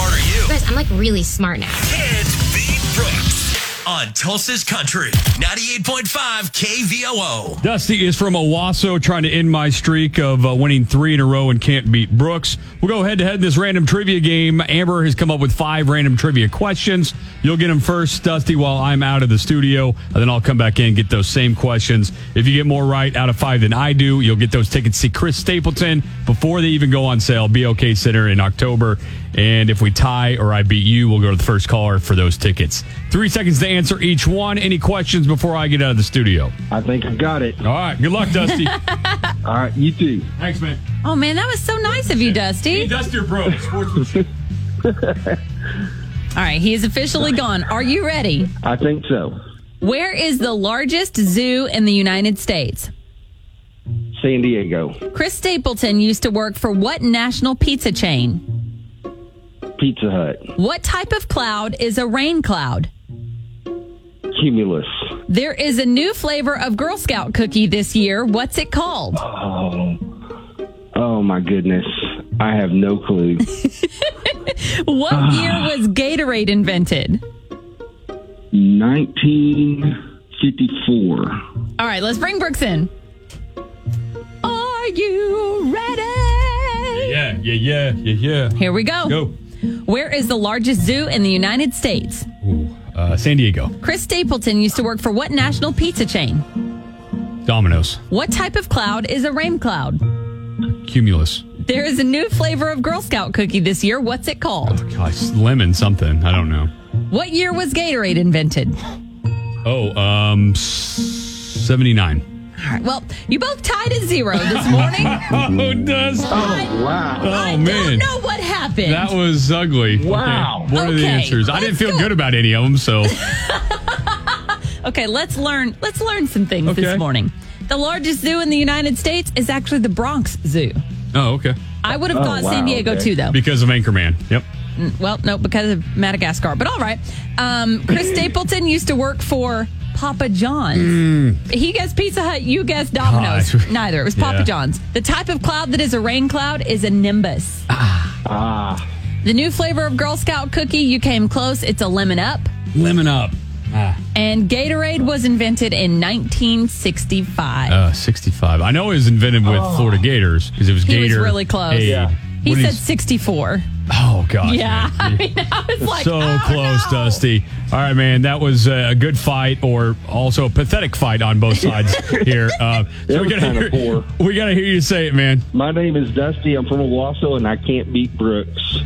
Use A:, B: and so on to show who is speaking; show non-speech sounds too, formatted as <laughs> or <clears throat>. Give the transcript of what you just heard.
A: I'm like really smart now.
B: Kids beat Brooks on Tulsa's Country, 98.5 KVOO.
C: Dusty is from Owasso trying to end my streak of uh, winning three in a row and can't beat Brooks. We'll go head to head in this random trivia game. Amber has come up with five random trivia questions. You'll get them first, Dusty, while I'm out of the studio, and then I'll come back in and get those same questions. If you get more right out of five than I do, you'll get those tickets to see Chris Stapleton before they even go on sale, BOK Center in October. And if we tie or I beat you, we'll go to the first caller for those tickets. Three seconds to answer each one. Any questions before I get out of the studio?
D: I think I got it.
C: All right. Good luck,
E: <laughs>
C: Dusty.
D: All right, you too.
C: Thanks, man.
E: Oh man, that was so nice of you, Dusty.
C: Dusty or bro?
E: <laughs>
C: Sportsmanship.
E: All right, he is officially gone. Are you ready?
D: I think so.
E: Where is the largest zoo in the United States?
D: San Diego
E: Chris Stapleton used to work for what national pizza chain?
D: Pizza Hut
E: What type of cloud is a rain cloud?
D: Cumulus.
E: There is a new flavor of Girl Scout cookie this year. What's it called?
D: Oh, oh my goodness! I have no clue.
C: <sighs>
E: What year was Gatorade invented?
D: 1954.
E: All right, let's bring Brooks in. Are you ready?
C: Yeah, yeah, yeah, yeah, yeah.
E: Here we go.
C: Go.
E: Where is the largest zoo in the United States?
C: Ooh, uh, San Diego.
E: Chris Stapleton used to work for what national pizza chain?
C: Domino's.
E: What type of cloud is a rain cloud?
C: Cumulus.
E: There is a new flavor of Girl Scout cookie this year. What's it called?
C: Gosh, lemon something. I don't know.
E: What year was Gatorade invented?
C: Oh, um, s- 79.
E: All right, well, you both tied at
C: <laughs>
E: zero this morning.
C: Oh, Dusty.
E: I,
D: Wow.
C: Oh,
E: I
C: man.
E: don't know what happened.
C: That was ugly.
D: Wow.
C: Okay, What are the
E: Okay,
C: answers? I
E: let's
C: didn't feel
E: go.
C: good about any of them, so.
E: okay, let's learn. Let's learn some things
C: Okay.
E: this morning. The largest zoo in the United States is actually the Bronx Zoo.
C: Oh, okay.
E: I would have thought
D: wow,
E: San Diego
D: okay.
E: too, though.
C: Because of Anchorman. Yep.
E: Well, no, because of Madagascar. But all right. Um,
C: <clears throat>
E: Chris Stapleton used to work for Papa John's. He guessed Pizza Hut, you guessed Domino's.
C: Hmm. Gosh.
E: Neither. It was Papa
C: Yeah.
E: John's. The type of cloud that is a rain cloud is a nimbus.
D: Ah,
E: The new flavor of Girl Scout cookie, you came close, it's a lemon up.
C: Lemon up. Ah.
E: And Gatorade was invented in 1965.
C: Uh, 65. I know it was invented with Florida Gators because it was
E: Oh. He
C: Gator.
E: was really close.
C: Aid.
D: Yeah.
E: he
C: What
E: said
C: is-
E: 64.
C: Oh, gosh.
E: Yeah. <laughs>
C: man.
E: I mean, I was like,
C: so
E: oh,
C: close,
E: no.
C: Dusty. All right, man. That was uh, a good fight, or also a pathetic fight on both sides
E: <laughs>
C: here. Uh,
D: That
C: so we
D: was
C: gotta
D: kinda
C: hear-
D: poor.
C: we gotta hear you say it, man.
D: my name is Dusty. I'm from Owasso, and I can't beat Brooks.